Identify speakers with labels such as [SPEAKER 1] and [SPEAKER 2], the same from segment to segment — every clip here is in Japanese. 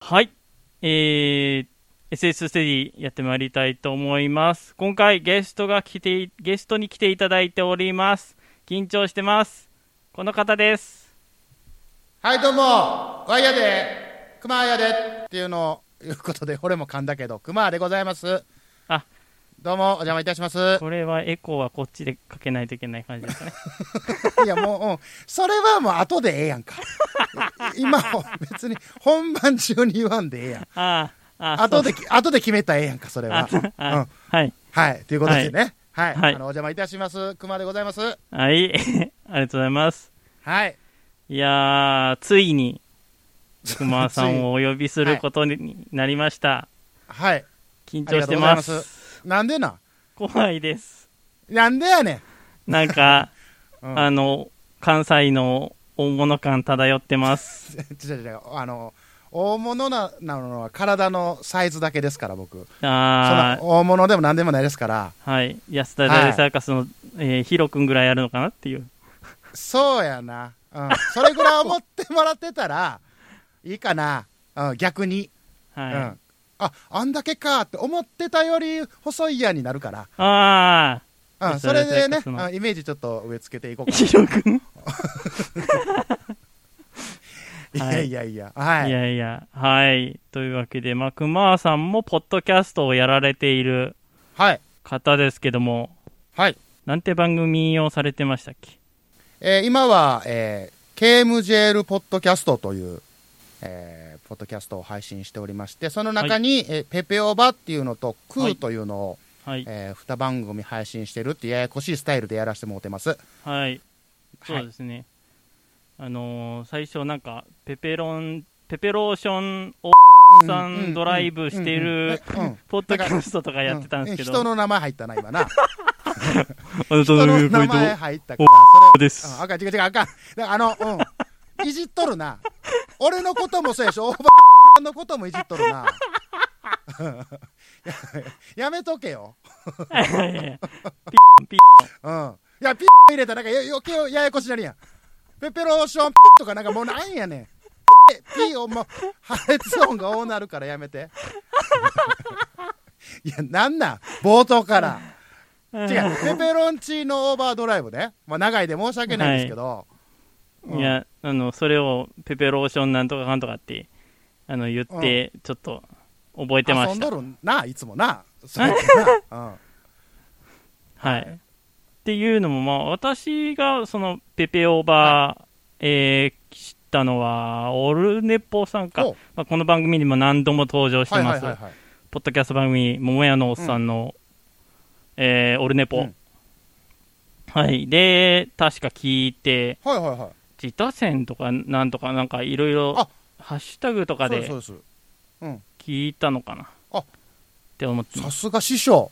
[SPEAKER 1] はい。えー、SS ステディやってまいりたいと思います。今回ゲストが来て、ゲストに来ていただいております。緊張してます。この方です。
[SPEAKER 2] はいどうもワイヤで熊谷でっていうのをいうことで俺も噛んだけど熊でございます
[SPEAKER 1] あ
[SPEAKER 2] どうもお邪魔いた します
[SPEAKER 1] これはエコーはこっちでかけないといけない感じ ですね。
[SPEAKER 2] いやもう、うん、それはもう後でええやんか今も別に本番中に言わんでええやん
[SPEAKER 1] ああ、ああ、
[SPEAKER 2] 後で後で決めたらええやんかそれは
[SPEAKER 1] あそうあ
[SPEAKER 2] うん
[SPEAKER 1] はい。
[SPEAKER 2] はいということでねはい、
[SPEAKER 1] はい
[SPEAKER 2] あのお邪魔いたします熊でございます
[SPEAKER 1] はい。 ありがとうございます。
[SPEAKER 2] はい
[SPEAKER 1] いやー、ついに、熊さんをお呼びすることになりました。
[SPEAKER 2] はい
[SPEAKER 1] 緊張してま。
[SPEAKER 2] ありがとうございますなんでな
[SPEAKER 1] 怖いです。
[SPEAKER 2] なんでやねん
[SPEAKER 1] なんか、
[SPEAKER 2] うん
[SPEAKER 1] あの、関西の大物感漂ってます。
[SPEAKER 2] 違う違うあの大物ななのは体のサイズだけですから僕そんな
[SPEAKER 1] あ
[SPEAKER 2] 大物でも何でもないですから
[SPEAKER 1] ー、はい。安田大サーカスの、えーヒロ君ぐらいあるのかなっていう。
[SPEAKER 2] そうやな、 うん、それぐらい思ってもらってたらいいかな、うん、逆に、
[SPEAKER 1] はい。
[SPEAKER 2] うん、ああんだけかって思ってたより細いやになるか
[SPEAKER 1] あ
[SPEAKER 2] ら、う
[SPEAKER 1] え
[SPEAKER 2] ん、
[SPEAKER 1] そ
[SPEAKER 2] そ
[SPEAKER 1] れ
[SPEAKER 2] れでね
[SPEAKER 1] それそれ
[SPEAKER 2] うんイメージちょっと植え付けていこ
[SPEAKER 1] ー、
[SPEAKER 2] うか
[SPEAKER 1] ヒロ君、
[SPEAKER 2] い
[SPEAKER 1] は
[SPEAKER 2] や
[SPEAKER 1] い、
[SPEAKER 2] いやいやはいい
[SPEAKER 1] やいや、はい。というわけで、まあ、熊さんもポッドキャストをやられている
[SPEAKER 2] はい
[SPEAKER 1] 方ですけども、
[SPEAKER 2] はい、
[SPEAKER 1] なんて番組をされてましたっけ
[SPEAKER 2] えー今は、えー、KMJL ポッドキャストという、えーポッドキャストを配信しておりましてその中に、えーペペオバっていうのとクーというのを、
[SPEAKER 1] はい。
[SPEAKER 2] え2番組配信してるっていうややこしいスタイルでやらせてもらってます
[SPEAKER 1] はい。そうですね。あのー最初なんか、ペペロン、ペペローションをさ
[SPEAKER 2] うんうんん
[SPEAKER 1] ドライブしてる
[SPEAKER 2] うんうんうん
[SPEAKER 1] ポッドキャストとかやってたんですけど、
[SPEAKER 2] う人の名前入ったな今な
[SPEAKER 1] あなた
[SPEAKER 2] 人
[SPEAKER 1] の
[SPEAKER 2] の
[SPEAKER 1] 言う
[SPEAKER 2] 名
[SPEAKER 1] 声と
[SPEAKER 2] 前
[SPEAKER 1] は
[SPEAKER 2] 入ったからそれ
[SPEAKER 1] です
[SPEAKER 2] うんあかん違う違うあかんだからあのうんいじっとるな俺のこともそうやし大場さんのこともいじっとるな ややめとけよ
[SPEAKER 1] いや いやいや
[SPEAKER 2] うんいやピッ入れたらなんかよ余計ややこしなるやんペペローションピッとかなんかもうなんやねんピーをもう破裂音が多なるからやめて いやなんなん冒頭から違う、ペペロンチーノオーバードライブね、まあ、長いで申し訳ないんですけど、うん
[SPEAKER 1] いやあのそれをペペローションなんとかかんとかってあの言って、ちょっと覚えてま
[SPEAKER 2] 遊
[SPEAKER 1] し
[SPEAKER 2] ん
[SPEAKER 1] た
[SPEAKER 2] どるな、いつもな、そうやな、 うん
[SPEAKER 1] はい、っていうのも、まあ、私がそのペペオーバー、えー知ったのはオルネポさんか
[SPEAKER 2] お、
[SPEAKER 1] まあ、この番組にも何度も登場して
[SPEAKER 2] はい
[SPEAKER 1] ま
[SPEAKER 2] はい
[SPEAKER 1] す、
[SPEAKER 2] はいはい、
[SPEAKER 1] ポッドキャスト番組「桃屋のおっさんの」えーオルネポ、
[SPEAKER 2] うん
[SPEAKER 1] はいで確か聞いて
[SPEAKER 2] はいはいはい、
[SPEAKER 1] 自他戦とかなんとかなんかいろいろ
[SPEAKER 2] あ
[SPEAKER 1] ハッシュタグとか
[SPEAKER 2] そうです
[SPEAKER 1] で
[SPEAKER 2] そうです、うん、
[SPEAKER 1] 聞いたのかな
[SPEAKER 2] あ
[SPEAKER 1] って思って
[SPEAKER 2] さすが師匠、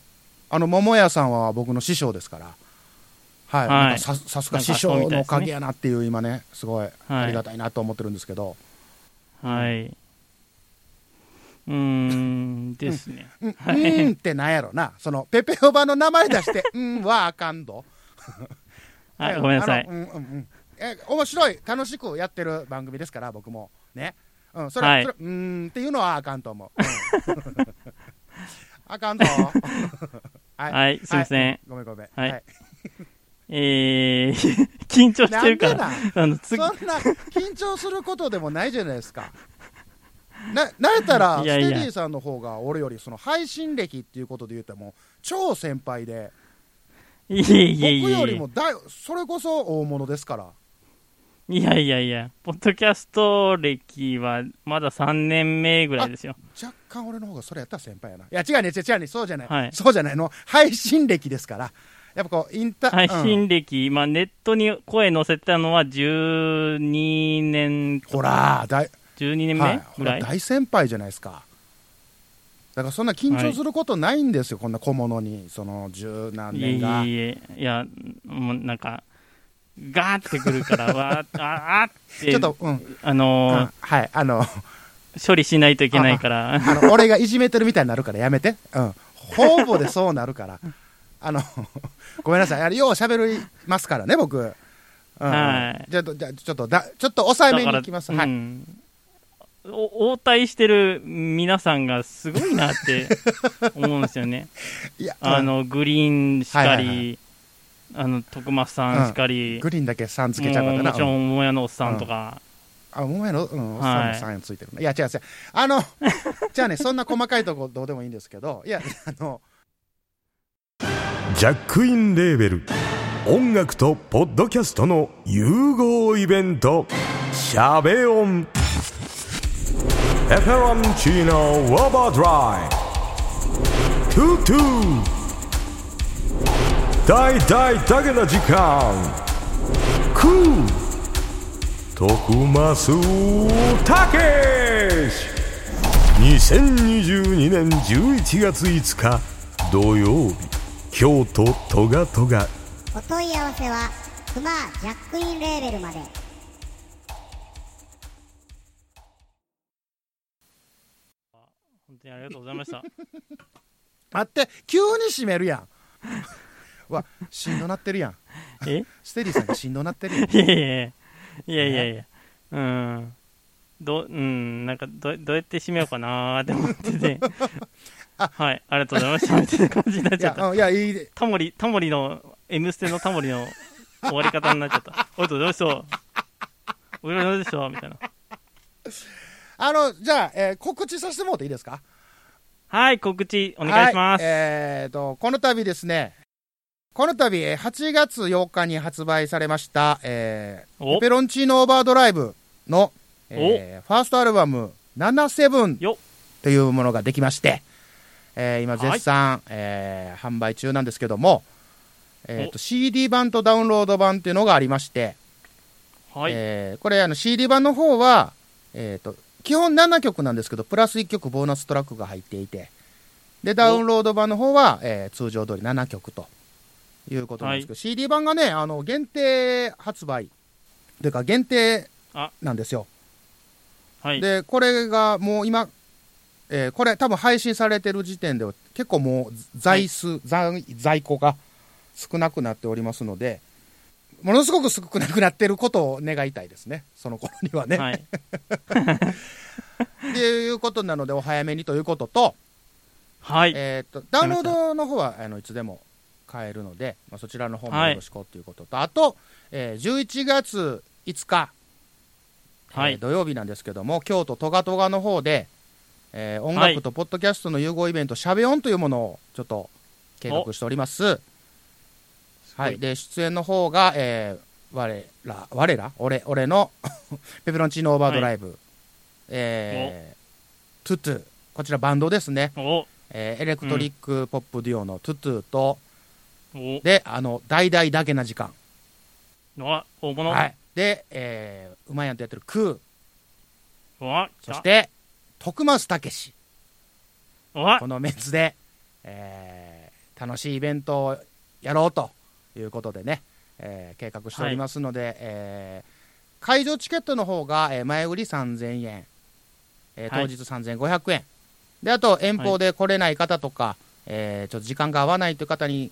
[SPEAKER 2] あの桃屋さんは僕の師匠ですから、は
[SPEAKER 1] は
[SPEAKER 2] い、
[SPEAKER 1] い
[SPEAKER 2] なんかささすが師匠のおかげやなっていう、今ね、すごい
[SPEAKER 1] はい
[SPEAKER 2] ありがたいなと思ってるんですけど、
[SPEAKER 1] はい、うーんですね、
[SPEAKER 2] うん、うーんってなんやろな、そのペペオバの名前 出して、うんはあかんど。
[SPEAKER 1] あごめんなさい
[SPEAKER 2] あのうんうんうん、え面白い、楽しくやってる番組ですから、僕も。ね。うん、それ、
[SPEAKER 1] はい
[SPEAKER 2] それうーんっていうのはあかんと思う。うん あかんぞ。は
[SPEAKER 1] はいすいません
[SPEAKER 2] ごめんごめん。
[SPEAKER 1] はいえー、 緊張してるか
[SPEAKER 2] な
[SPEAKER 1] ら
[SPEAKER 2] んで
[SPEAKER 1] あの
[SPEAKER 2] そん
[SPEAKER 1] 次
[SPEAKER 2] な緊張することでもないじゃないですか。な慣れたら、ス
[SPEAKER 1] いやいや
[SPEAKER 2] テディさんの方が俺よりその配信歴っていうことで言うともう超先輩で、
[SPEAKER 1] いえい
[SPEAKER 2] 僕
[SPEAKER 1] えい
[SPEAKER 2] よ
[SPEAKER 1] え
[SPEAKER 2] りもだいそれこそ大物ですから。
[SPEAKER 1] いやいやいやポッドキャスト歴はまだ3年目ぐらいですよ
[SPEAKER 2] 若干俺の方がそれやったら先輩やないや違うね違うね違うねそうじゃない、
[SPEAKER 1] はい
[SPEAKER 2] そうじゃないの配信歴ですからやっぱこうインタ
[SPEAKER 1] 配
[SPEAKER 2] うん
[SPEAKER 1] 信歴、まあ、ネットに声載せたのは12年
[SPEAKER 2] ほら大,、
[SPEAKER 1] 12年
[SPEAKER 2] はい
[SPEAKER 1] 目
[SPEAKER 2] ほ
[SPEAKER 1] ぐら
[SPEAKER 2] ら
[SPEAKER 1] い、
[SPEAKER 2] 大先輩じゃないですかだからそんな緊張することないんですよ、こんな小物にその十何
[SPEAKER 1] いえ
[SPEAKER 2] 年が
[SPEAKER 1] いえいえいやもうなんかガーってくるから わーああーって
[SPEAKER 2] ちょっとうん、
[SPEAKER 1] あ
[SPEAKER 2] う
[SPEAKER 1] の
[SPEAKER 2] んはいあの
[SPEAKER 1] ー処理しないといけないから
[SPEAKER 2] あの 俺がいじめてるみたいになるからやめてうんほぼでそうなるからあのごめんなさいあれよう喋りますからね僕うん、
[SPEAKER 1] はい
[SPEAKER 2] じゃあじゃあちょっとだちょっと抑えめにいきます
[SPEAKER 1] だ
[SPEAKER 2] は
[SPEAKER 1] から
[SPEAKER 2] い、
[SPEAKER 1] うんお応対してる皆さんがすごいなって思うんですよね。
[SPEAKER 2] いや、
[SPEAKER 1] あ
[SPEAKER 2] うん
[SPEAKER 1] の、グリーンしかり、
[SPEAKER 2] はいはいは
[SPEAKER 1] あの、徳松さんしかり、
[SPEAKER 2] グリーンだけさんつけちゃうか
[SPEAKER 1] も
[SPEAKER 2] ら
[SPEAKER 1] う
[SPEAKER 2] な。
[SPEAKER 1] もちろん、桃屋のおっさんとか、
[SPEAKER 2] あ、お前の、うん、おっ
[SPEAKER 1] は
[SPEAKER 2] さん
[SPEAKER 1] い
[SPEAKER 2] さんついてるな。いや、違う違う。あの、じゃあね、そんな細かいとこどうでもいいんですけど、いや、あの、
[SPEAKER 3] ジャックインレーベル音楽とポッドキャストの融合イベント「シャベオン」「エフェロンチーノウォーバードライ」「トゥトゥ」「大大だけの時間」「クー」「徳マスたけし」2022年11月5日土曜日京都トガトガ
[SPEAKER 4] お問い合わせはクマジャックインレーベルまで
[SPEAKER 1] 本当にありがとうございました。
[SPEAKER 2] 待って、急に閉めるやん。うわ、しんどなってるやん。
[SPEAKER 1] え
[SPEAKER 2] ステディさんがしんどなってるやん。
[SPEAKER 1] いやいやいやいやいやいや、うん。ど、うん、なんかど、どうやって締めようかなーって思って て。はい、ありがとうございました。みたいな感じになっ
[SPEAKER 2] い
[SPEAKER 1] ちゃっ
[SPEAKER 2] や、
[SPEAKER 1] た。
[SPEAKER 2] うんいや、いいで。
[SPEAKER 1] タモリ、タモリの、M ステのタモリの終わり方になっちゃった。おいと、どうしよう。おいと、どうしようみたいな。
[SPEAKER 2] あの、じゃあ、えー告知させてもらっていいですか
[SPEAKER 1] はい、告知お願いします。
[SPEAKER 2] はい、えーと、この度ですね、この度、えー8月8日に発売されました、えー、
[SPEAKER 1] お
[SPEAKER 2] ペペロンチーノオーバードライブの、えーファーストアルバム、77
[SPEAKER 1] よ
[SPEAKER 2] というものができまして、えー今絶賛、えー販売中なんですけども、えーと CD 版とダウンロード版っていうのがありまして、
[SPEAKER 1] はい、
[SPEAKER 2] えーこれあの CD 版の方は、えーと基本7曲なんですけどプラス1曲ボーナストラックが入っていてでダウンロード版の方は、えー通常通り7曲ということなんですけど、CD 版がねあの限定発売というか限定
[SPEAKER 1] あ
[SPEAKER 2] なんですよ
[SPEAKER 1] はい。
[SPEAKER 2] でこれがもう今、えーこれ多分配信されてる時点では結構もう在数、在在庫が少なくなっておりますのでものすごく少なくなってることを願いたいですねその頃にはね。
[SPEAKER 1] はい。
[SPEAKER 2] っていうことなのでお早めにということと,、
[SPEAKER 1] はい。
[SPEAKER 2] えー、とダウンロードの方はあのいつでも買えるので、まあ、そちらの方もよろしくということと、あと、えー11月5日
[SPEAKER 1] は
[SPEAKER 2] えー
[SPEAKER 1] い。
[SPEAKER 2] 土曜日なんですけども京都トガトガの方で、えー音
[SPEAKER 1] はい
[SPEAKER 2] 楽とポッドキャストの融合イベント「しゃべ音」というものをちょっと計画しております
[SPEAKER 1] ごい
[SPEAKER 2] はいで出演の方が、えー我ら我ら俺俺の ペペロンチーノオーバードライブ、えートゥトゥこちらバンドですね、
[SPEAKER 1] お、
[SPEAKER 2] えーエレクトリックポップデュオのトゥトゥと、
[SPEAKER 1] お、
[SPEAKER 2] であの「大々だけな時間
[SPEAKER 1] の、大」物。
[SPEAKER 2] はいで、えー、うまいやんとやってるクー
[SPEAKER 1] うわ、来
[SPEAKER 2] そ
[SPEAKER 1] た
[SPEAKER 2] し。て徳松たけし
[SPEAKER 1] うわ
[SPEAKER 2] こ、のメンツで、えー楽しいイベントをやろうということでね、えー計画しておりますので、えー会場チケットの方が、えー前売り3000円、えー
[SPEAKER 1] はい
[SPEAKER 2] 当日3500円、であと遠方で来れない方とか、えーちょっと時間が合わないという方に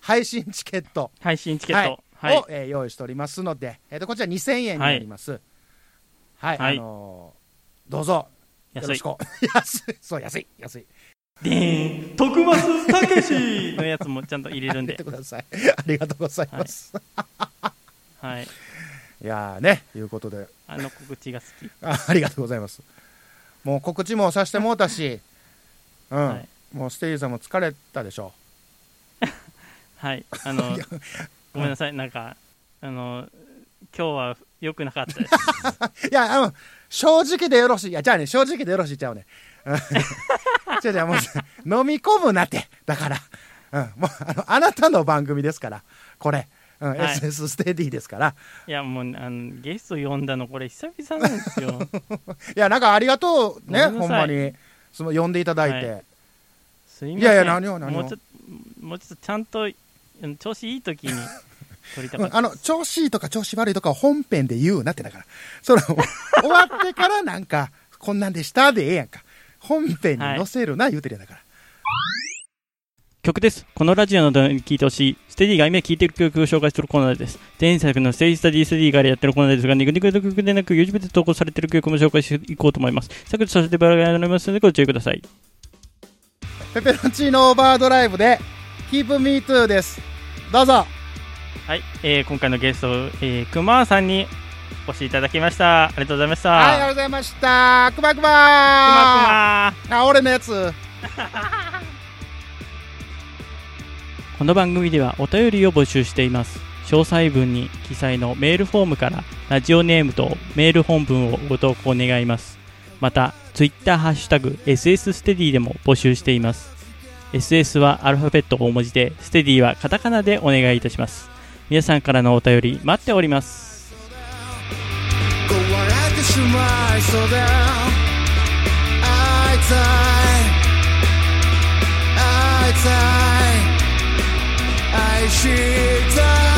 [SPEAKER 2] 配信チケット
[SPEAKER 1] 配信チケット。
[SPEAKER 2] は
[SPEAKER 1] はいい
[SPEAKER 2] を。えー用意しておりますので、えーとこちら2000円になります。はい、
[SPEAKER 1] はい
[SPEAKER 2] あのーどうぞよ
[SPEAKER 1] 安
[SPEAKER 2] ろ
[SPEAKER 1] い
[SPEAKER 2] し。く 安いそう安い安い
[SPEAKER 1] でーん、徳松たけしのやつもちゃんと入れるん
[SPEAKER 2] 入れ
[SPEAKER 1] で
[SPEAKER 2] て。ください。 ありがとうございます。
[SPEAKER 1] はい。
[SPEAKER 2] い、やーね、いうことで
[SPEAKER 1] あの告知が好き。
[SPEAKER 2] あ、ありがとうございます。もう告知もさせてもう たし、うん、
[SPEAKER 1] はい
[SPEAKER 2] もうステージさんも疲れたでしょ。
[SPEAKER 1] はい。あの、ごめんなさい。なんか、あの、今日は良くなかった です。
[SPEAKER 2] いや、うん、正直でよろしい。いや、じゃあね、正直でよろしいちゃうね。 じゃじゃもう、飲み込むなって。だから、うん、もうあの、あなたの番組ですから、これ。うん、
[SPEAKER 1] はい
[SPEAKER 2] SS ステディですから。
[SPEAKER 1] いや、もう、あの、ゲスト呼んだの、これ久々なんですよ。
[SPEAKER 2] いや、なんかありがとうね、
[SPEAKER 1] ごめんなさい
[SPEAKER 2] ほんまに。その、呼んでいただいて。
[SPEAKER 1] はすいません。
[SPEAKER 2] いやいや何を何を
[SPEAKER 1] もうちょっと、もうちょっとちゃんと、あの調子いい時に撮りたか
[SPEAKER 2] う
[SPEAKER 1] っ
[SPEAKER 2] ん
[SPEAKER 1] た。
[SPEAKER 2] あの、調子いいとか調子悪いとかは本編で言うなってだから。その、終わってからなんか、こんなんでしたでええやんか。本編に載せるな、言うてるやんだから。
[SPEAKER 1] 曲です。このラジオなどに聴いてほしい、ステディが今聴いている曲を紹介するコーナーです。前作のステージスタディステディからやってるコーナーですが、ニクニクの曲でなく YouTube で投稿されている曲も紹介していこうと思います。削除させていただきますのでご注意ください。
[SPEAKER 2] ペペロンチーノオーバードライブで Keep Me Too ですどうぞ
[SPEAKER 1] はい、えー今回のゲスト、えー、くまさんにお越しいただきました。ありがとうございました。
[SPEAKER 2] はいありがとう
[SPEAKER 1] く
[SPEAKER 2] ございましたくまくま
[SPEAKER 1] まくま
[SPEAKER 2] あ俺のやつ
[SPEAKER 1] この番組ではお便りを募集しています。詳細文に記載のメールフォームからラジオネームとメール本文をご投稿願います。また、ツイッターハッシュタグ SS ステディでも募集しています。SS はアルファベット大文字で、ステディはカタカナでお願いいたします。皆さんからのお便り待っております。
[SPEAKER 5] 壊れてしまいそうだ会いたい会いたい愛したい